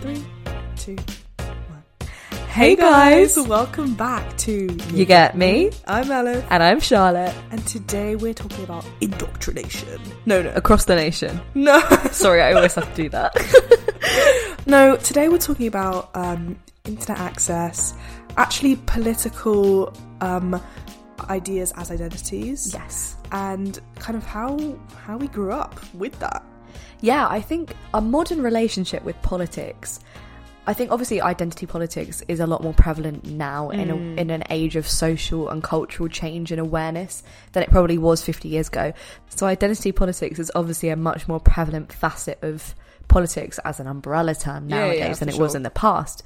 Three, two, one. Hey, guys. welcome back to You Get Me? I'm Ellen, And I'm Charlotte. and today we're talking about indoctrination. No, no, Across the nation. no, Sorry, I always have to do that. no. Today we're talking about um, internet access, actually political um, ideas as identities, Yes. and kind of how how we grew up with that. Yeah, I think a modern relationship with politics. I think obviously identity politics is a lot more prevalent now in, Hmm. a, in an age of social and cultural change and awareness than it probably was 50 years ago. So, identity politics is obviously a much more prevalent facet of politics as an umbrella term Yeah, yeah, nowadays yeah, than it for was sure. in the past.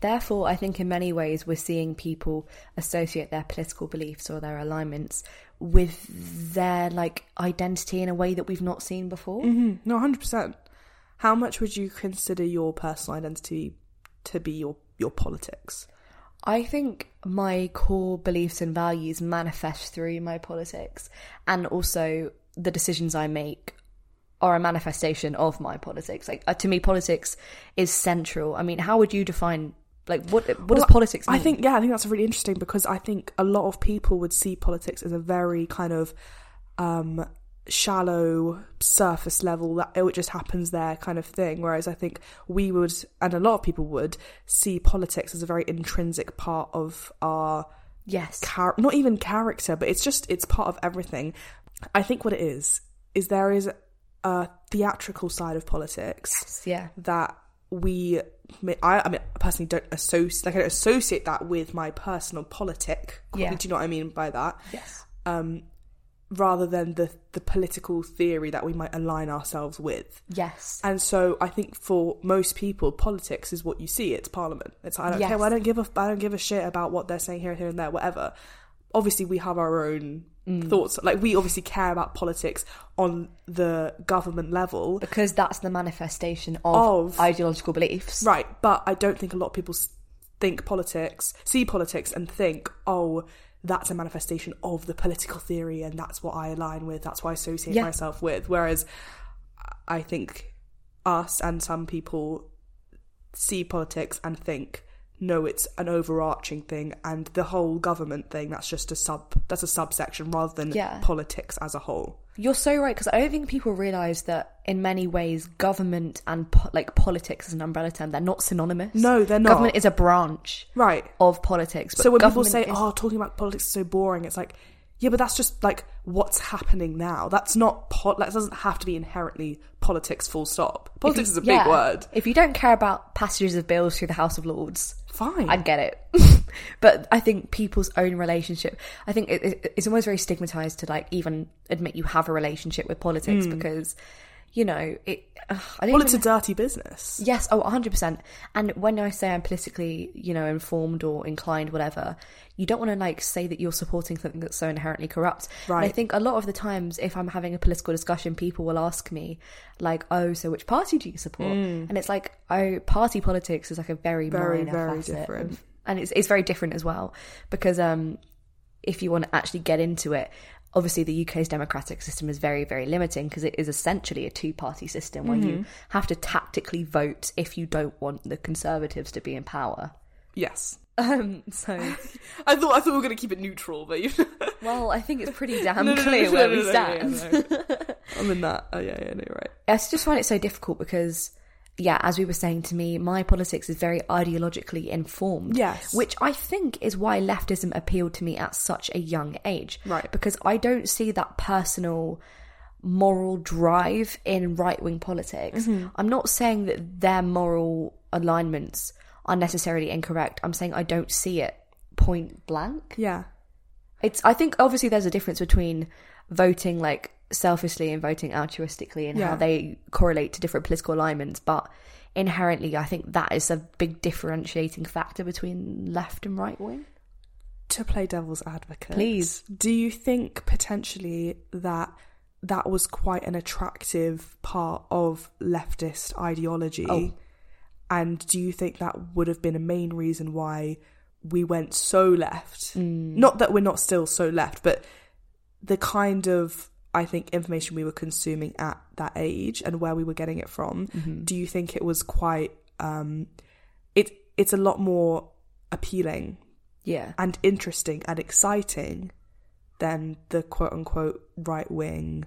Therefore, I think in many ways we're seeing people associate their political beliefs or their alignments with their like identity in a way that we've not seen before. No, hundred percent. How much would you consider your personal identity to be your your politics? I think my core beliefs and values manifest through my politics, and also the decisions I make are a manifestation of my politics. Like uh, to me, politics is central. I mean, how would you define like what what Well, does politics? Mean? I think yeah, I think that's really interesting because I think a lot of people would see politics as a very kind of um shallow surface level that it just happens there kind of thing whereas I think we would and a lot of people would see politics as a very intrinsic part of our yes, char- not even character, but it's just it's part of everything. I think what it is is there is a theatrical side of politics yeah, that we I, I mean I personally don't associate like I don't associate that with my personal politic. Yeah. Do you know what I mean by that? yes, Rather than the the political theory that we might align ourselves with. yes, And so I think for most people, politics is what you see. It's parliament. It's I don't Yes. care. Well, I don't give a I don't give a shit about what they're saying here and here and there. Whatever. Obviously, we have our own Mm. thoughts. Like we obviously care about politics on the government level, because that's the manifestation Of- of ideological beliefs. right? But I don't think a lot of people s- think politics, see politics, and think, oh, that's a manifestation of the political theory, and that's what I align with. That's what I associate Yeah. myself with. Whereas I think us and some people see politics and think no it's an overarching thing and the whole government thing that's just a sub that's a subsection rather than Yeah. politics as a whole You're so right because I don't think people realize that in many ways government and po- like politics is an umbrella term. They're not synonymous. No, they're not. Government is a branch right of politics. But so when people government say is- oh talking about politics is so boring it's like yeah but that's just like what's happening now that's not po- that doesn't have to be inherently politics full stop if politics you- is a big yeah, word If you don't care about passages of bills through the House of Lords, fine I get it. but I think people's own relationship, I think it, it, it's almost very stigmatized to like even admit you have a relationship with politics Hmm. because, you know, it. ugh, I don't well even it's a dirty business Yes, oh, 100%. And when I say I'm politically, you know, informed or inclined, whatever, you don't want to like say that you're supporting something that's so inherently corrupt. And I Right. think a lot of the times, if I'm having a political discussion, people will ask me, like, oh, so which party do you support? And it's like, oh, party politics is like a very, Mm. Very, minor very facet of- different. and it's, it's very different as well because um, if you want to actually get into it, obviously the UK's democratic system is very, very limiting because it is essentially a two party system where you have to tactically vote if you don't want the Conservatives to be in power. yes Um, so, i thought i thought we were going to keep it neutral but you well, I think it's pretty damn No, no, no, clear no, where no, we no, yeah, stand. yeah, no. I'm in that. Oh yeah, yeah, no, you're right. I just find it so difficult because, yeah, as we were saying to me, my politics is very ideologically informed. Yes. Which I think is why leftism appealed to me at such a young age. Right. Because I don't see that personal moral drive in right wing politics. Mm-hmm. I'm not saying that their moral alignments are necessarily incorrect. I'm saying I don't see it point blank. Yeah, It's. I think obviously there's a difference between voting like selfishly and voting altruistically, and Yeah. how they correlate to different political alignments. But inherently, I think that is a big differentiating factor between left and right wing. to play devil's advocate, Please. Do you think potentially that that was quite an attractive part of leftist ideology? Oh. And do you think that would have been a main reason why we went so left? Mm. Not that we're not still so left, but the kind of I think Mm-hmm. information we were consuming at that age and where we were getting it from. Do you think it was quite um, it it's a lot more appealing Yeah. and interesting and exciting than the quote unquote right wing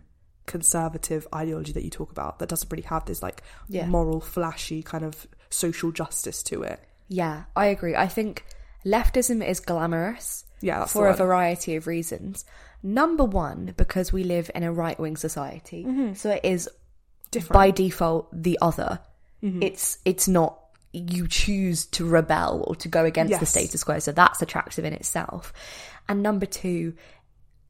conservative ideology that you talk about that doesn't really have this like Yeah. moral flashy kind of social justice to it. Yeah, I agree. I think leftism is glamorous Yeah, that's for a the one. variety of reasons. Number one, because we live in a right wing society, Mm-hmm. so it is by default the other. Mm-hmm. It's it's not you choose to rebel or to go against the Yes. status quo, so that's attractive in itself. And number two,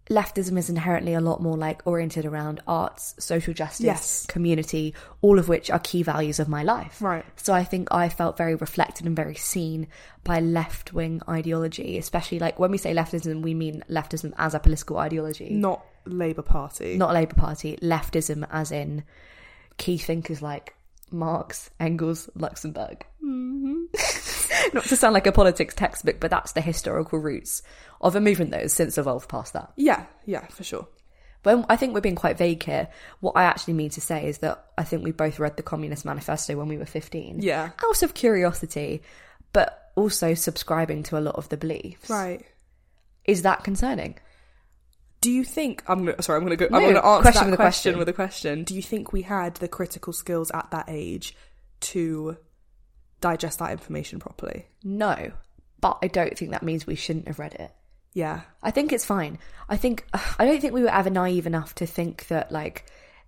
leftism is inherently a lot more like oriented around arts, social justice, Yes. community, all of which are key values of my life. Right. So I think I felt very reflected and very seen by left wing ideology, especially like when we say leftism, we mean leftism as a political ideology, not Labour Party. not Labour Party, leftism as in key thinkers like Marx, Engels, Luxembourg. Not to sound like a politics textbook, but that's the historical roots of a movement that has since evolved past that. yeah, yeah, for sure. When I think we're being quite vague here, what I actually mean to say is that I think we both read the Communist Manifesto when we were 15. Yeah. Out of curiosity, but also subscribing to a lot of the beliefs. Right. Is that concerning? Do you think I'm gonna, sorry? I'm going to go. I'm No, going to answer question that with a question question. with a question. Do you think we had the critical skills at that age to digest that information properly? No. But I don't think that means we shouldn't have read it. Yeah, I think it's fine. I think I don't think we were ever naive enough to think that like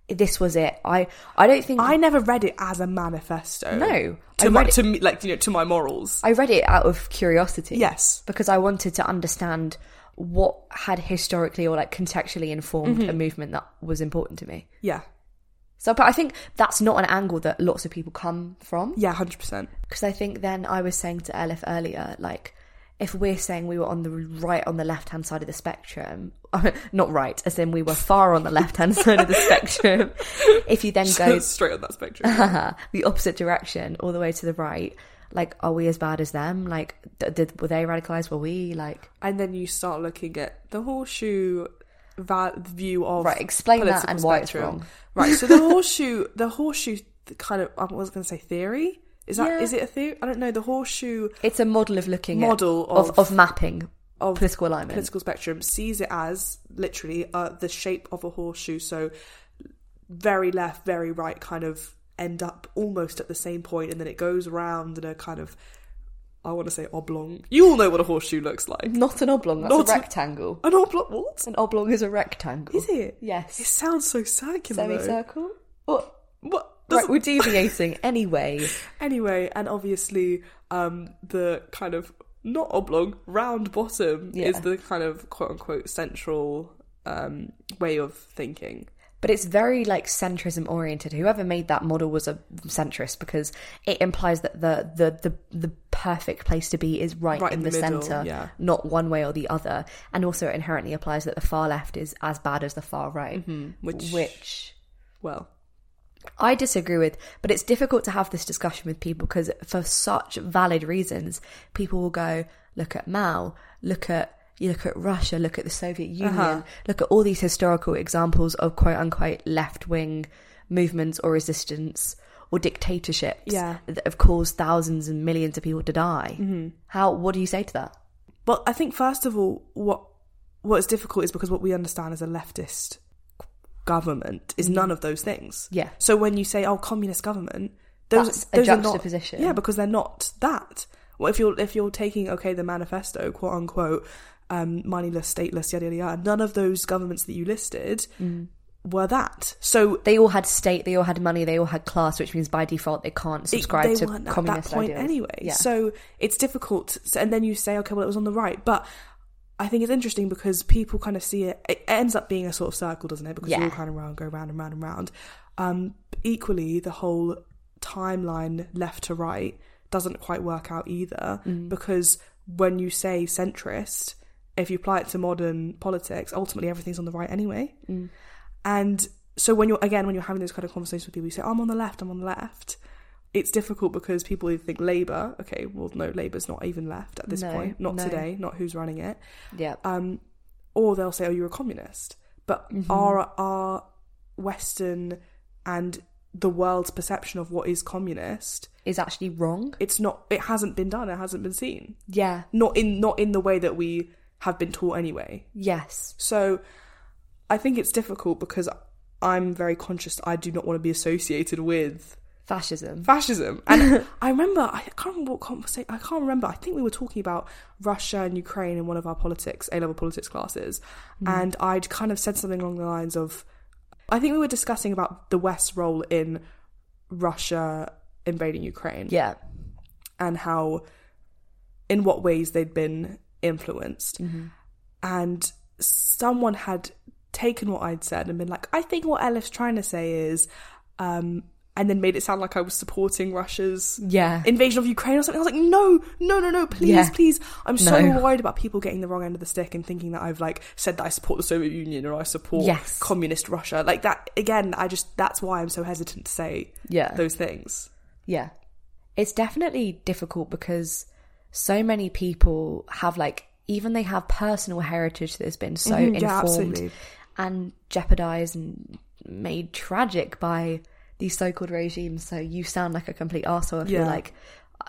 this was it. I I don't think I never read it as a manifesto. No. I to my read it- to me, like you know to my morals. I read it out of curiosity. Yes. Because I wanted to understand what had historically or like contextually informed Mm-hmm. a movement that was important to me. Yeah, So but I think that's not an angle that lots of people come from. yeah, hundred percent. Because I think then I was saying to Elif earlier, like, if we're saying we were on the right on the left hand side of the spectrum, not right, as in we were far on the left hand side of the spectrum, if you then go Straight on that spectrum. the opposite direction all the way to the right, like, are we as bad as them? Like, th- did, were they radicalized? Were we? Like, and then you start looking at the horseshoe va- view of Right, explain that political and why it's spectrum. wrong. Right, so the horseshoe, the horseshoe th- kind of I was going to say theory. Is that is Yeah. it a theory? I don't know. The horseshoe it's a model of looking Model at, of, of- of, mapping of political alignment. political spectrum sees it as literally uh, the shape of a horseshoe. So very left, very right kind of end up almost at the same point, and then it goes round in a kind of I want to say oblong. You all know what a horseshoe looks like. not an oblong, that's Not a an- rectangle. An oblong. What An oblong is a rectangle. is it? Yes. It sounds so circular. though. Semicircle? Or What? Right, doesn't- we're deviating anyway. Anyway, and obviously, um, the kind of not oblong round bottom Yeah. is the kind of quote unquote central um, way of thinking. But it's very like centrism oriented. Whoever made that model was a centrist because it implies that the the the, the perfect place to be is right, in, the, middle, center, yeah. not one way or the other. And also it inherently applies that the far left is as bad as the far right, which- which Well, I disagree with, but it's difficult to have this discussion with people because for such valid reasons, people will go, look at Mao, look at you look at Russia, look at the Soviet Uh-huh. Union, look at all these historical examples of quote unquote left wing movements or resistance or dictatorships Yeah. Mm-hmm. that have caused thousands and millions of people to die. How what do you say to that? well, I think first of all, what what's difficult is because what we understand as a leftist government is none of those things. Mm-hmm. Yeah. So when you say, "Oh, communist government," those That's a those are not- juxtaposition. yeah, because they're not that. Well, if you're if you're taking okay the manifesto, quote unquote, um, moneyless, stateless, yada yada yada, none of those governments that you listed Mm. were that. So They all had state, they all had money, they all had class, which means by default they can't it- subscribe they to weren't at that communist point ideals. anyway. Yeah. So it's difficult. So, and then you say, okay, well, it was on the right. But I think it's interesting because people kind of see it. It ends up being a sort of circle, doesn't it? Because we Yeah. all kind of round, go round and round and round. Um, equally, the whole timeline left to right doesn't quite work out either Mm. because when you say centrist, if you apply it to modern politics, ultimately everything's on the right anyway. Mm. And so when you're again when you're having those kind of conversations with people, you say, "Oh, "I'm on the left. I'm on the left." It's difficult because people either think Labour, okay, well, no, Labour's not even left at this No, point, not no. today, not who's running it, yeah. um, or they'll Mm-hmm. say, "Oh, you're a communist." But our our Western and the world's perception of what is communist, is actually wrong. it's not. It hasn't been done. It hasn't been seen. Yeah. Not in not in the way that we have been taught anyway. Yes. So I think it's difficult because I'm very conscious. I do not want to be associated with Fascism. fascism. And I remember, I can't remember what conversation, I can't remember. I think we were talking about Russia and Ukraine in one of our politics, A level politics classes. And I'd kind of said something along the lines of, I think we were discussing about the West's role in Russia invading Ukraine yeah. and how, in what ways they'd been influenced. Mm-hmm. And someone had taken what I'd said and been like, I think what Elif's trying to say is, um, and then made it sound like I was supporting Russia's Yeah. invasion of Ukraine or something. I was like, no, no, no, no, please, Yeah. please. I'm so No. worried about people getting the wrong end of the stick and thinking that I've like said that I support the Soviet Union or I support Yes. communist Russia. Like that again. I just that's why I'm so hesitant to say yeah. those things. Yeah. It's definitely difficult because so many people have like even they have personal heritage that has been so Mhm, yeah, informed absolutely. and jeopardized and made tragic by these so-called regimes. So you sound like a complete asshole if you're Yeah. like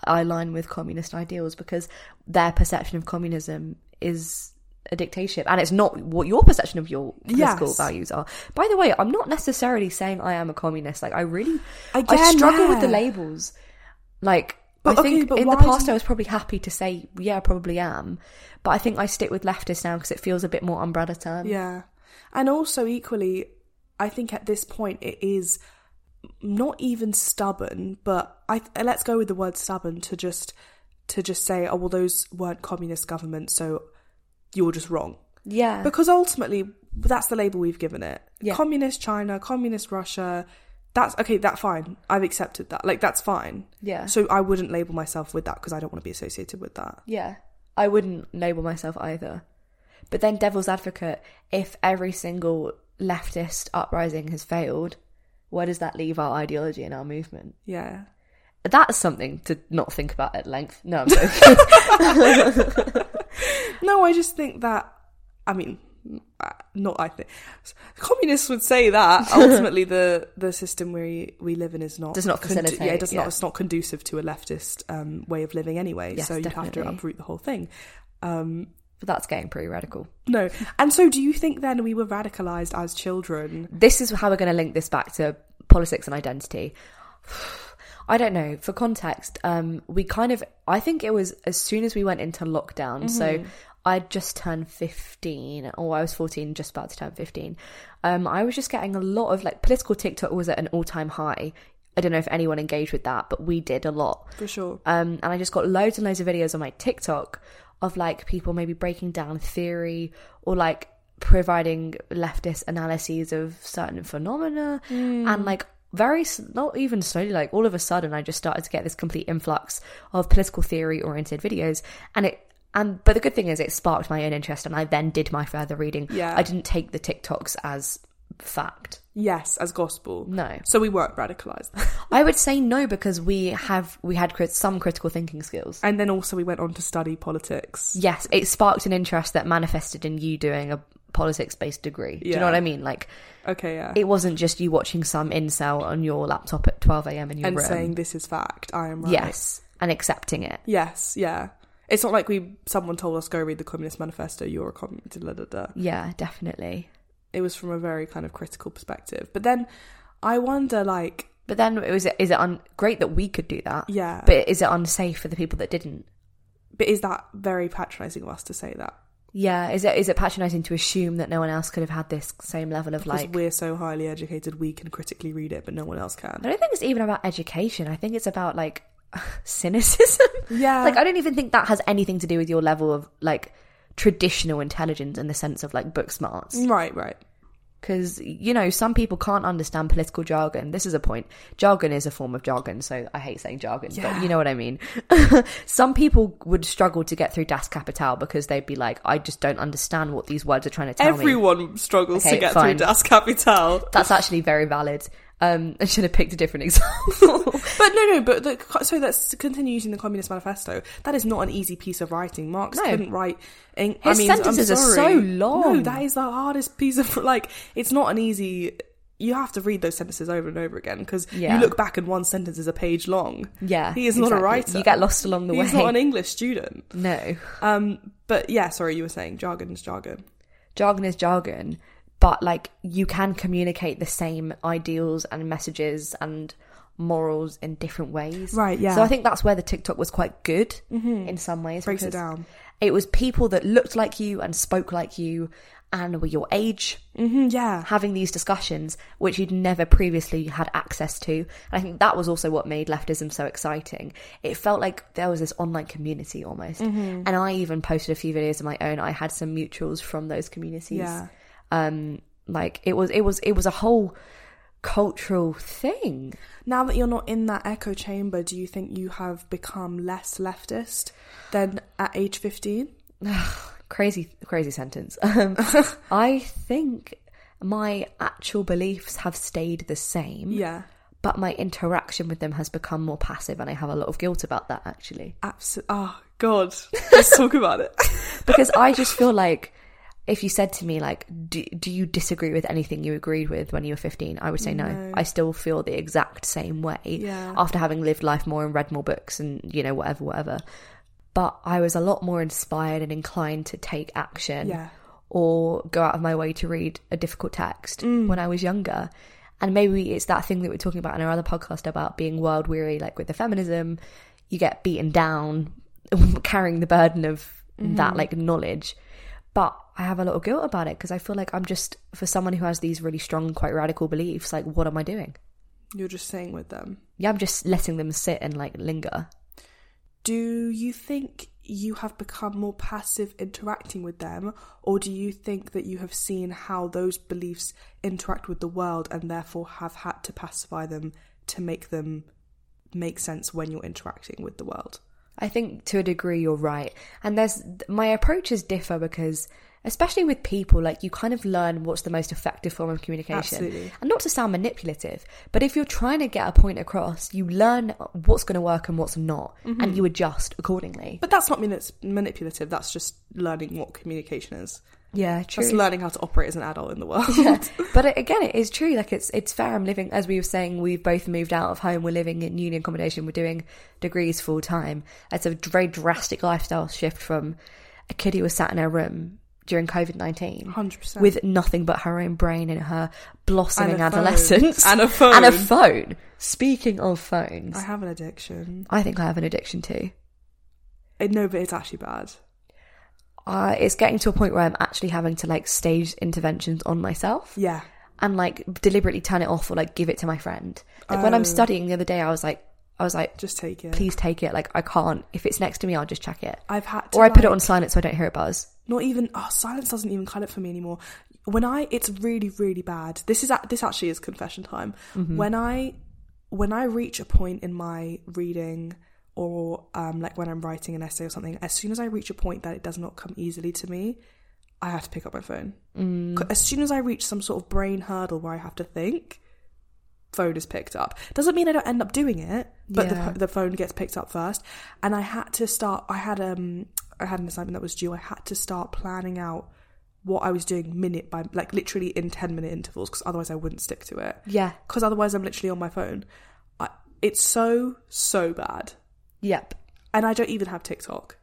I align with communist ideals because their perception of communism is a dictatorship and it's not what your perception of your political Yes. values are. By the way, I'm not necessarily saying I am a communist. Like I really I Again, struggle with the yeah. labels. Like, But I okay, think but in the why past do- I was probably happy to say, yeah, I probably am. But I think I stick with leftist now because it feels a bit more umbrella term. Yeah. And also, equally, I think at this point it is not even stubborn, but I let's go with the word stubborn to just to just say, oh well, those weren't communist governments, so you're just wrong. Yeah. Because ultimately, that's the label we've given it. Yeah. Communist China, communist Russia. That's okay. That fine. I've accepted that. Like that's fine. yeah. So I wouldn't label myself with that because I don't want to be associated with that. yeah. I wouldn't label myself either. But then, devil's advocate, if every single leftist uprising has failed, where does that leave our ideology and our movement? Yeah. That's something to not think about at length. No, I'm joking. No, I just think that. I mean, uh, not I think communists would say that ultimately the the system we we live in is not Does not yeah, facilitate, it does yeah. not. It's not conducive to a leftist um, way of living anyway. Yes, so you'd have definitely. to uproot the whole thing. but that's getting pretty radical. No, and so do you think then we were radicalized as children? this is how we're going to link this back to politics and identity. I don't know. For context, um, we kind of, I think it was as soon as we went into lockdown. So I'd just turned 15, or I was 14, just about to turn 15. Um, I was just getting a lot of like political TikTok was at an all time high. I don't know if anyone engaged with that, but we did a lot. For sure. Um, and I just got loads and loads of videos on my TikTok of like people maybe breaking down theory or like providing leftist analyses of certain phenomena and like very s- not even slowly like all of a sudden I just started to get this complete influx of political theory oriented videos and it and but the good thing is it sparked my own interest and I then did my further reading Yeah. I didn't take the TikToks as fact Yes, as gospel. no So we weren't radicalized, I would say no because we have we had crit- some critical thinking skills and then also we went on to study politics. Yes, it sparked an interest that manifested in you doing a politics based degree. Do you know Yeah. what I mean? Like, Okay, yeah, it wasn't just you watching some incel on your laptop at 12 a.m. in your and room. saying this is fact. I am right. Yes, and accepting it. Yes, yeah. It's not like we someone told us go read the Communist Manifesto. You're a communist. Da, da, da. Yeah, definitely. It was from a very kind of critical perspective. But then I wonder, like, But then it was is it un- great that we could do that? yeah, but, But is it unsafe for the people that didn't? is that very patronising of us to say that? Yeah, is it is it patronizing to assume that no one else could have had this same level of Because like we're so highly educated, we can critically read it, but no one else I can. don't think it's even about education. I think it's about like cynicism. Yeah. Like I don't even think that has anything to do with your level of like traditional intelligence in the sense of like book smarts. Right, right. Because you know some people can't understand political jargon. This is a point. Jargon is a form of jargon, so I hate saying jargon, but Yeah. you know what I mean. some people would struggle to get through Das Kapital because they'd be like, I just don't understand what these words are trying to tell me. Everyone struggles Okay, to get fine. through Das Kapital. That's actually very valid. Um, I should have picked a different example. But no, no, but the, so let's continue using the Communist Manifesto. That is not an easy piece of writing. Marx No. couldn't write. In, I His mean, I'm sentences are sorry. so long. No, that is the hardest piece of like. It's not an easy you have to read those sentences over and over again because Yeah. you look back and one sentence is a page long. Yeah, He is not a writer. You get lost along the He's way. not an English student. no, Um, but yeah, sorry, you were saying jargon's jargon. jargon is jargon, but like you can communicate the same ideals and messages and morals in different ways. Right, yeah. Mm-hmm. So I think that's where the TikTok was quite good in some ways. Breaks it because down. It was people that looked like you and spoke like you and were your age Mm, yeah, having these discussions which you'd never previously had access to. And I think that was also what made leftism so exciting. It felt like there was this online community almost. Mm-hmm. And I even posted a few videos of my own. I had some mutuals from those communities. Yeah. Um like it was it was it was a whole cultural thing. Now that you're not in that echo chamber, do you think you have become less leftist than at age 15? crazy crazy sentence um i think my actual beliefs have stayed the same Yeah, but my interaction with them has become more passive and i have a lot of guilt about that actually absolutely. Oh, God. Let's talk about it. because i just feel like if you said to me like do, do you disagree with anything you agreed with when you were 15 i would say no, i still feel the exact same way Yeah. after having lived life more and read more books and you know whatever whatever but i was a lot more inspired and inclined to take action Yeah. or go out of my way to read a difficult text when I was younger. And maybe it's that thing that we're talking about in our other podcast about being world weary, like with the feminism, you get beaten down, carrying the burden of that like knowledge. But I have a lot of guilt about it because I feel like I'm just, for someone who has these really strong, quite radical beliefs, like, what am I doing? You're just saying with them. Yeah, I'm just letting them sit and like linger. Do you think you have become more passive interacting with them, or do you think that you have seen how those beliefs interact with the world and therefore have had to pacify them to make them make sense when you're interacting with the world? I think to a degree you're right. And there's my approaches differ because especially with people like you kind of learn what's the most effective form of communication. Absolutely. And not to sound manipulative, but if you're trying to get a point across, you learn what's going to work and what's not and you adjust accordingly. But that's not mean it's manipulative, that's just learning what communication is. Yeah, true. That's learning how to operate as an adult in the world. but it, again, it is true. Like it's it's fair. I'm living, as we were saying, we've both moved out of home. We're living in union accommodation. We're doing degrees full time. It's a very drastic lifestyle shift from a kid who was sat in her room during COVID nineteen, 100%. with nothing but her own brain and her blossoming And a phone. adolescence And a phone. Um, and a phone. Speaking of phones, I have an addiction. I think I have an addiction too. Eh, No, but it's actually bad. Uh, it's getting to a point where I'm actually having to like stage interventions on myself. Yeah. and like deliberately turn it off or like give it to my friend. Like Oh. when I'm studying the other day, I was like, I was like, Just take it. please take it. Like I can't. If it's next to me, I'll just check it, I've had to or I put it like- on silent so I don't hear it buzz. not even oh silence doesn't even cut it for me anymore when i it's really really bad this is a- this actually is confession time Mm-hmm. when i when i reach a point in my reading or um like when i'm writing an essay or something as soon as i reach a point that it does not come easily to me i have to pick up my phone C- as soon as i reach some sort of brain hurdle where i have to think phone is picked up doesn't mean i don't end up doing it but Yeah. the, the phone gets picked up first and i had to start i had um i had an assignment that was due i had to start planning out what i was doing minute by like literally in 10 minute intervals because otherwise i wouldn't stick to it Yeah. because otherwise i'm literally on my phone I, it's so so bad Yep. and i don't even have tiktok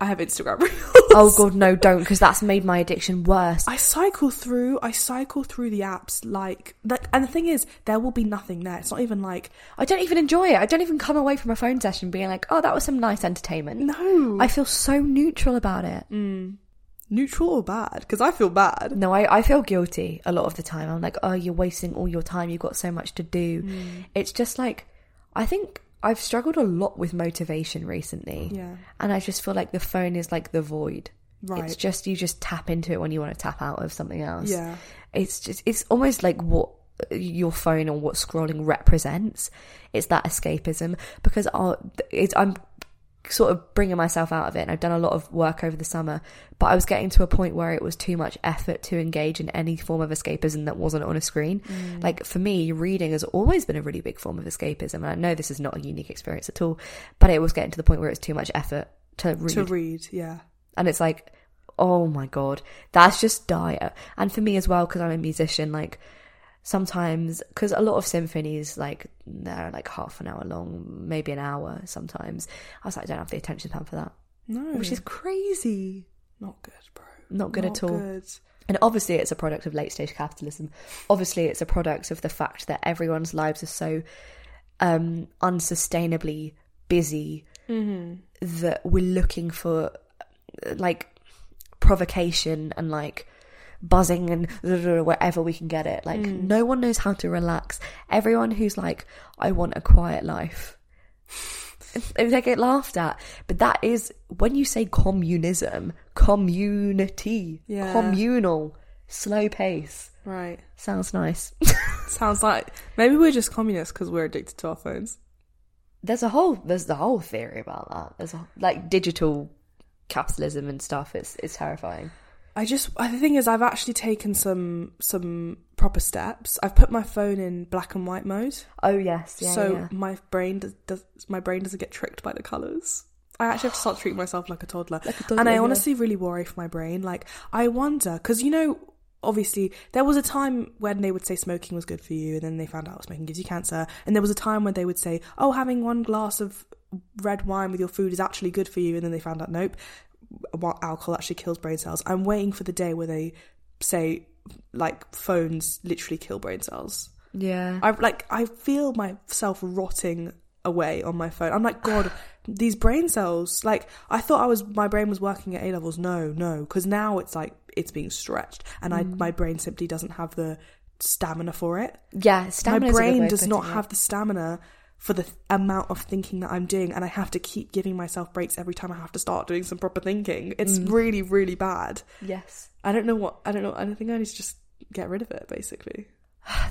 i have instagram reels Oh god, no, don't, because that's made my addiction worse. I cycle through. I cycle through the apps like like, and the thing is, there will be nothing there. It's not even like I don't even enjoy it. I don't even come away from a phone session being like, oh, that was some nice entertainment. no Mm. I feel so neutral about it. neutral or bad because I feel bad. No, I, I feel guilty a lot of the time. I'm like, oh, you're wasting all your time. You've got so much to do. Mm. It's just like, I think I've struggled a lot with motivation recently. Yeah. And I just feel like the phone is like the void. Right. It's just, you just tap into it when you want to tap out of something else. Yeah. It's just, it's almost like what uh, your phone or what scrolling represents. It's that escapism because i it's, I'm sort of bringing myself out of it and I've done a lot of work over the summer but I was getting to a point where it was too much effort to engage in any form of escapism that wasn't on a screen like for me reading has always been a really big form of escapism and I know this is not a unique experience at all but it was getting to the point where it's too much effort to read to read. Yeah, and it's like oh my god that's just dire and for me as well because I'm a musician like sometimes because a lot of symphonies like they're like half an hour long maybe an hour sometimes i was like i don't have the attention span for that No. which is crazy not good, bro. Not good at all. good. and obviously it's a product of late stage capitalism obviously it's a product of the fact that everyone's lives are so um unsustainably busy Mm-hmm. that we're looking for uh, like provocation and like buzzing and wherever we can get it like no one knows how to relax everyone who's like i want a quiet life they get laughed at but that is when you say communism community Yeah. communal slow pace Right. sounds nice Sounds like maybe we're just communists because we're addicted to our phones. there's a whole there's the whole theory about that there's a, like digital capitalism and stuff it's it's terrifying I just I- the thing is I've actually taken some some proper steps. I've put my phone in black and white mode, oh yes yeah, so yeah. my brain does, does my brain doesn't get tricked by the colors. I actually have to start treating myself like a toddler, toddler, and I yeah. honestly really worry for my brain. Like I wonder because you know. Obviously, there was a time when they would say smoking was good for you, and then they found out smoking gives you cancer. And there was a time when they would say, "Oh, having one glass of red wine with your food is actually good for you," and then they found out, nope, what alcohol actually kills brain cells. I'm waiting for the day where they say like phones literally kill brain cells. yeah I like I feel myself rotting away on my phone. I'm like, God, these brain cells. Like I thought I was my brain was working at A levels. No, no, because now it's like it's being stretched, and Mm. I my brain simply doesn't have the stamina for it. yeah stamina my brain does not have the stamina for the th- amount of thinking that I'm doing, and I have to keep giving myself breaks every time I have to start doing some proper thinking. It's Mm. really, really bad. yes I don't know what I don't know. I think I need to just get rid of it, basically.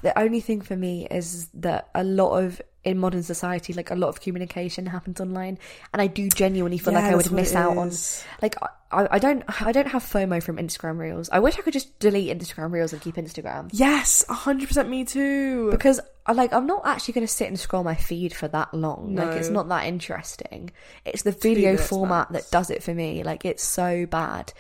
the only thing for me is that a lot of in modern society like a lot of communication happens online and i do genuinely feel Yeah, like i that's would what miss it out on is. like I, I don't i don't have fomo from instagram reels i wish i could just delete instagram reels and keep instagram Yes, hundred percent. Me too. because I like I'm not actually going to sit and scroll my feed for that long. Like it's No. not that interesting. It's the video minutes format max. that does it for me. Like it's so bad.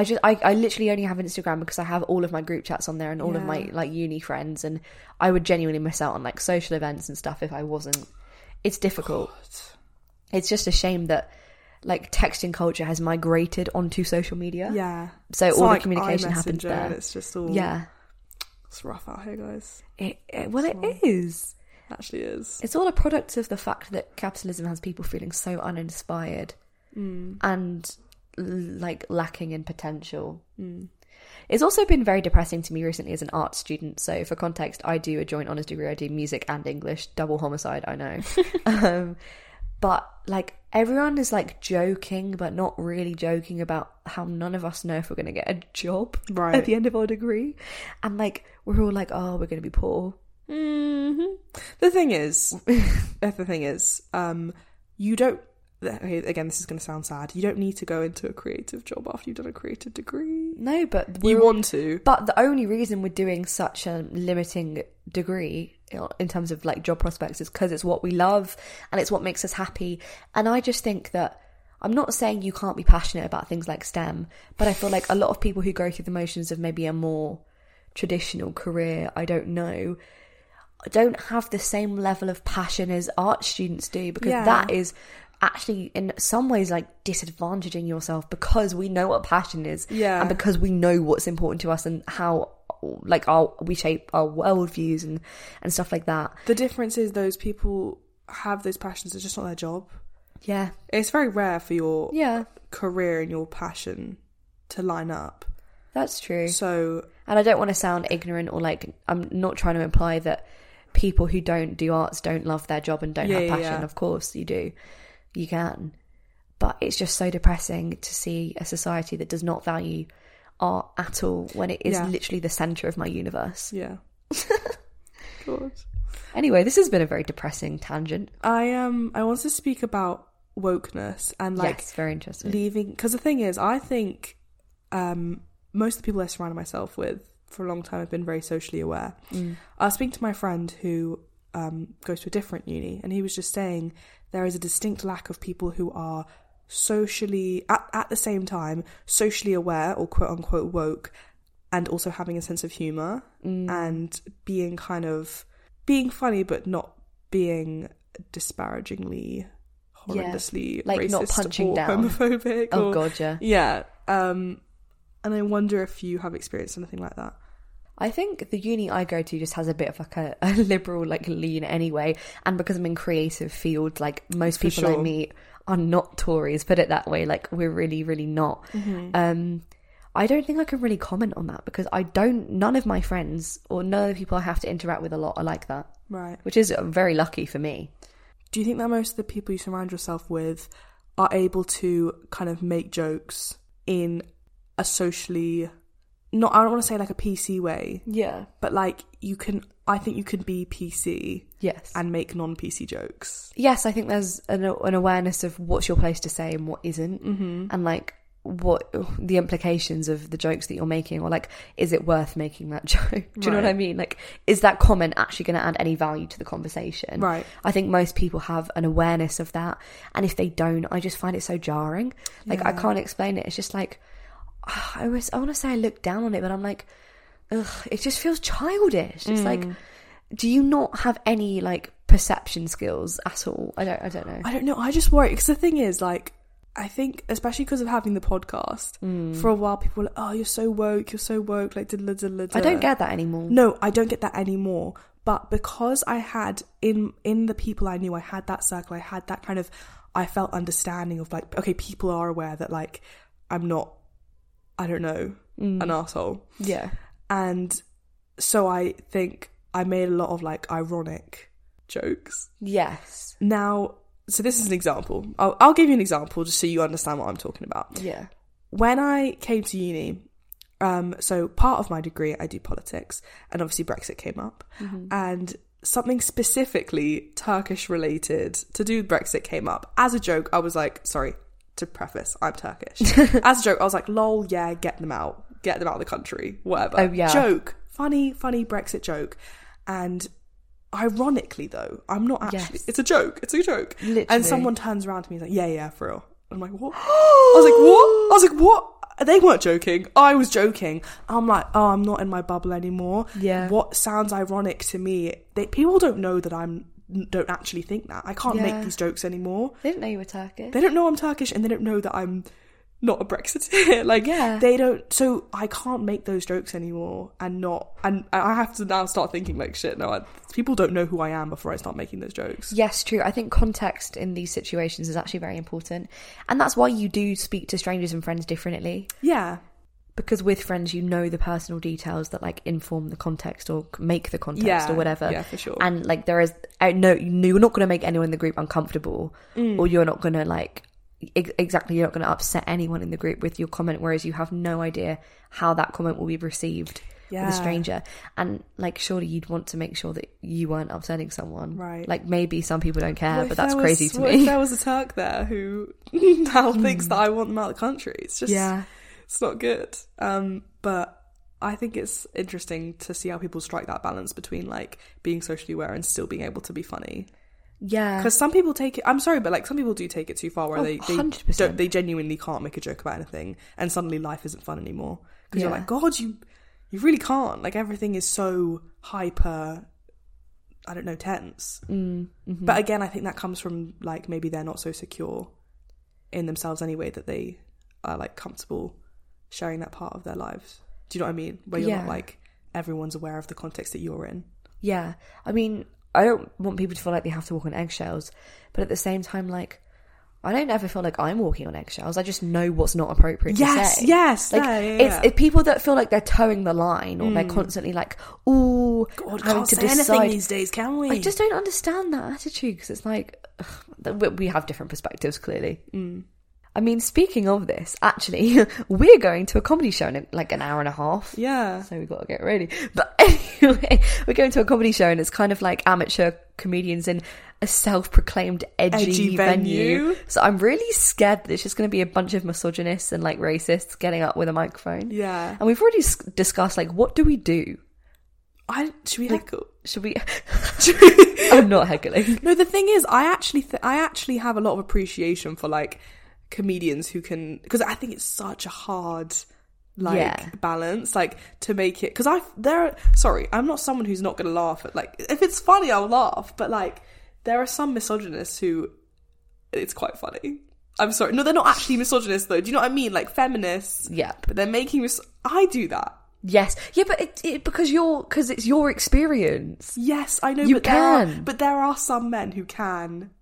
I just I, I literally only have Instagram because I have all of my group chats on there and all of Yeah. my like uni friends and I would genuinely miss out on like social events and stuff if I wasn't. It's difficult. It's just a shame that like texting culture has migrated onto social media. Yeah. So It's all not the communication happens iMessenger and there. It's just all Yeah. It's rough out here, guys. It, it, well, it is. It actually is. It's all a product of the fact that capitalism has people feeling so uninspired and l- like lacking in potential. It's also been very depressing to me recently as an art student. So, for context, I do a joint honours degree. I do music and English, double homicide. I know, um, but like everyone is like joking, but not really joking about how none of us know if we're going to get a job Right. at the end of our degree, and like we're all like, "Oh, we're going to be poor." Mm-hmm. The thing is, the thing is, um, you don't. Okay, again, this is going to sound sad. You don't need to go into a creative job after you've done a creative degree. No, but You we're want to. But the only reason we're doing such a limiting degree in terms of like job prospects is because it's what we love and it's what makes us happy. And I just think that I'm not saying you can't be passionate about things like STEM, but I feel like a lot of people who go through the motions of maybe a more traditional career, I don't know, don't have the same level of passion as art students do because Yeah. that is actually in some ways like disadvantaging yourself because we know what passion is Yeah. and because we know what's important to us and how like our we shape our worldviews and and stuff like that The difference is those people have those passions. It's just not their job. yeah It's very rare for your yeah career and your passion to line up. that's true So and i don't want to sound ignorant or like i'm not trying to imply that people who don't do arts don't love their job and don't Yeah, have yeah, passion yeah. of course you do you can but it's just so depressing to see a society that does not value art at all when it is Yeah. literally the center of my universe yeah. God. anyway this has been a very depressing tangent I um I want to speak about wokeness and like yes very interesting leaving because the thing is I think um most of the people I surround myself with for a long time have been very socially aware. Mm. I was speaking to my friend who um goes to a different uni and he was just saying there is a distinct lack of people who are socially at, at the same time socially aware or quote unquote woke and also having a sense of humor Mm. and being kind of being funny but not being disparagingly horrendously like racist not punching or down. homophobic Oh or- god, yeah. yeah um and i wonder if you have experienced anything like that I think the uni I go to just has a bit of like a, a liberal like lean anyway, and because I'm in creative fields, like most For people I sure. meet are not Tories. Put it that way, like we're really, really not. Mm-hmm. Um, I don't think I can really comment on that because I don't. None of my friends or none of the people I have to interact with a lot are like that, right which is very lucky for me. do you think that most of the people you surround yourself with are able to kind of make jokes in a socially not i don't want to say like a pc way Yeah. but like you can i think you can be pc Yes. and make non-pc jokes yes, I think there's an, an awareness of what's your place to say and what isn't, and like what the implications of the jokes that you're making, or like, is it worth making that joke? Do you know what Right. I mean? Like, is that comment actually going to add any value to the conversation? Right. I think most people have an awareness of that, and if they don't, I just find it so jarring. Like, I can't explain it. It's just like ah, I was. I want to say I look down on it, but I'm like, ugh, it just feels childish. It's like, Mm. do you not have any like perception skills at all? I don't. I don't know. I don't know. I just worry because the thing is, like, I think especially because of having the podcast for a while, people were like, "Oh, you're so woke. You're so woke." Like, da da da. I don't get that anymore. No, I don't get that anymore. But because I had in in the people I knew, I had that circle. I had that kind of. I felt understanding of like, okay, people are aware that like I'm not. I don't know an asshole, Yeah. and so I think I made a lot of like ironic jokes. Yes. Now, so this is an example. I'll, I'll give you an example just so you understand what I'm talking about. Yeah. When I came to uni, um, so part of my degree, I do politics, and obviously Brexit came up, Mm-hmm. and something specifically Turkish related to do with Brexit came up. As a joke, I was like, sorry, to preface, I'm Turkish. As a joke, I was like, lol, yeah, get them out, get them out of the country, whatever. Oh, yeah. Joke, funny, funny Brexit joke. And ironically, though, I'm not actually, Yes. it's a joke, it's a joke. Literally. And someone turns around to me and is like, yeah, yeah, for real. I'm like, what? I was like, what? I was Oh. like, what? They weren't joking. I was joking. I'm like, oh, I'm not in my bubble anymore. Yeah. What sounds ironic to me? They, people don't know that I'm don't actually think that. I can't Yeah. make these jokes anymore. They didn't know you were Turkish. They don't know I'm Turkish, and they don't know that I'm not a Brexiteer. like, Yeah. they don't. So I can't make those jokes anymore, and not. And I have to now start thinking like, shit. No, I, people don't know who I am before I start making those jokes. Yes, true. I think context in these situations is actually very important. And that's why you do speak to strangers and friends differently. Yeah. because with friends you know the personal details that like inform the context or c- make the context Yeah, or whatever yeah, for sure. and like there is I know you're not going to make anyone in the group uncomfortable Mm. or you're not going to like ex- exactly you're not going to upset anyone in the group with your comment whereas you have no idea how that comment will be received Yeah. with a stranger and like surely you'd want to make sure that you weren't upsetting someone Right. like maybe some people don't care What if but that's there was- crazy to what If me Hmm. there was a Turk there who now thinks that I want them out of the country, it's just yeah it's not good. Um, but I think it's interesting to see how people strike that balance between like being socially aware and still being able to be funny. yeah Because some people take it. I'm sorry, but like some people do take it too far, where Oh, they they 100%. don't they genuinely can't make a joke about anything, and suddenly life isn't fun anymore because Yeah. you're like, God, you you really can't. Like everything is so hyper. I don't know, tense. Mm, mm-hmm. But again, I think that comes from like maybe they're not so secure in themselves anyway that they are like comfortable sharing that part of their lives. Do you know what I mean? Where you're Yeah. not like everyone's aware of the context that you're in. Yeah. I mean, I don't want people to feel like they have to walk on eggshells, but at the same time, like, I don't ever feel like I'm walking on eggshells. I just know what's not appropriate Yes, to say. yes, Like, yeah, yeah, it's, yeah. Mm. it's people that feel like they're towing the line or they're constantly like, ooh, God, having can't to say decide. anything these days, can we? I just don't understand that attitude because it's like, ugh, that we- we have different perspectives, clearly. Mm. I mean, speaking of this, actually, we're going to a comedy show in like an hour and a half. yeah. So we've got to get ready. But anyway, we're going to a comedy show and it's kind of like amateur comedians in a self proclaimed edgy, Edgy venue. venue. So I'm really scared that it's just going to be a bunch of misogynists and like racists getting up with a microphone. Yeah. And we've already s- discussed like, what do we do? I should we like Should we? should we- I'm not heckling. no. The thing is, I actually th- I actually have a lot of appreciation for like comedians who can because I think it's such a hard like Yeah. balance like to make it because i there sorry i'm not someone who's not gonna laugh at like if it's funny i'll laugh but like there are some misogynists who it's quite funny i'm sorry no they're not actually misogynists though do you know what i mean like feminists Yep. but they're making mis- i do that Yes. Yeah, but it, it because you're because it's your experience. yes i know You but there are can. but there are some men who can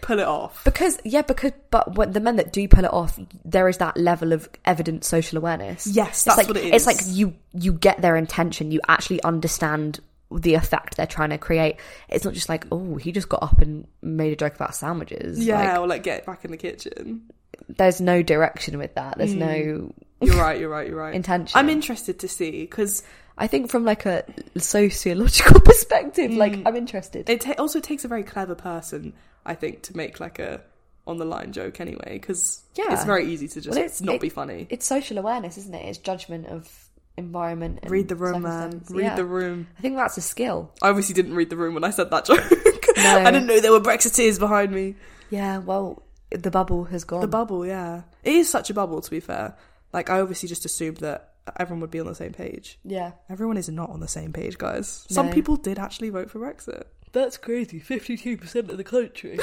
pull it off Because yeah, because but when the men that do pull it off, there is that level of evident social awareness. Yes, It's that's like- what it It's like is. you you get their intention. You actually understand the effect they're trying to create. It's not just like oh, he just got up and made a joke about sandwiches. yeah Like, or like get back in the kitchen there's no direction with that. There's no you're right you're right you're right intention. Mm. i'm interested to see because I think from like a sociological perspective, Mm. like I'm interested. it ta- also takes a very clever person, I think, to make like a on the line joke anyway, because Yeah. it's very easy to just Well, it's- not it- be funny. It's social awareness, isn't it? It's judgment of environment. And read the room, man. circumstance. Read Yeah. the room. I think that's a skill. I obviously didn't read the room when I said that joke. I No. didn't know there were Brexiteers behind me. Yeah. Well, the bubble has gone. The bubble, yeah, it is such a bubble. To be fair, like I obviously just assumed that everyone would be on the same page. yeah. Everyone is not on the same page, guys. Some No. people did actually vote for Brexit. That's crazy. Fifty-two percent of the country.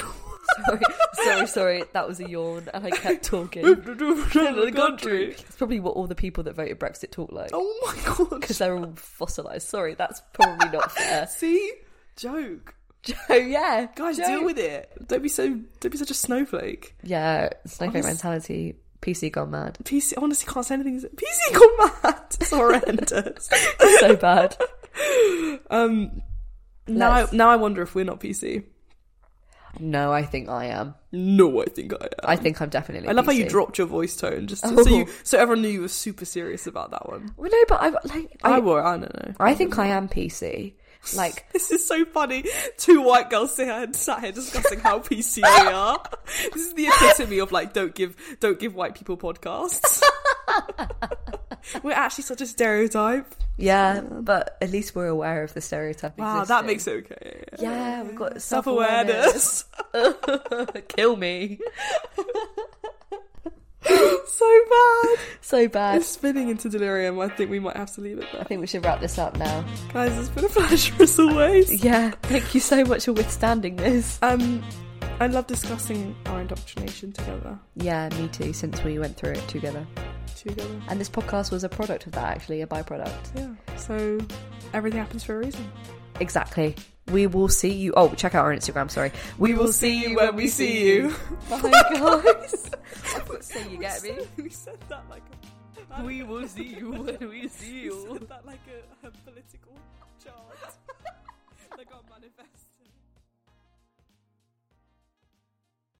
Sorry, sorry, sorry. That was a yawn, and I kept talking. the country. It's probably what all the people that voted Brexit talk like Oh my god! because they're all fossilized. Sorry, that's probably not fair. See, joke. Oh yeah, Guys, Joe. deal with it. Don't be so. Don't be such a snowflake. Yeah, snowflake Honest- mentality. PC gone mad. PC. I honestly can't say anything. PC gone mad. It's horrendous. So bad. um. Now, I, Let's- now I wonder if we're not PC. No, I think I am. No, I think I am. I think I'm definitely. Um, I love how you PC. dropped your voice tone just to, Oh. so you so everyone knew you were super serious about that one. Well, no, but I like. I, I, were. I don't know. I think I am PC. Like, This is so funny. Two white girls sit here, sat here discussing how PC we are. This is the epitome of like don't give don't give white people podcasts. We're actually such a stereotype. yeah, but at least we're aware of the stereotype. Wow, that makes it okay. Yeah, we've got Self awareness. self-awareness. Kill me. so bad. So bad. It's spinning into delirium. I think we might have to leave it Uh, I there. think we should wrap this up now. Guys, it's been a pleasure as always. Yeah, thank you so much for withstanding this. Um, I love discussing our indoctrination together. Yeah, me too, since we went through it together. Together. And this podcast was a product of that, actually, a byproduct. Yeah. So everything happens for a reason. Exactly. We will see you. Oh, check out our Instagram, sorry. We, will see you when we see you. Bye, guys. That's what say you get me. We said that like a. we will see you when we see We you. said that like a, a political chart, like our manifesto.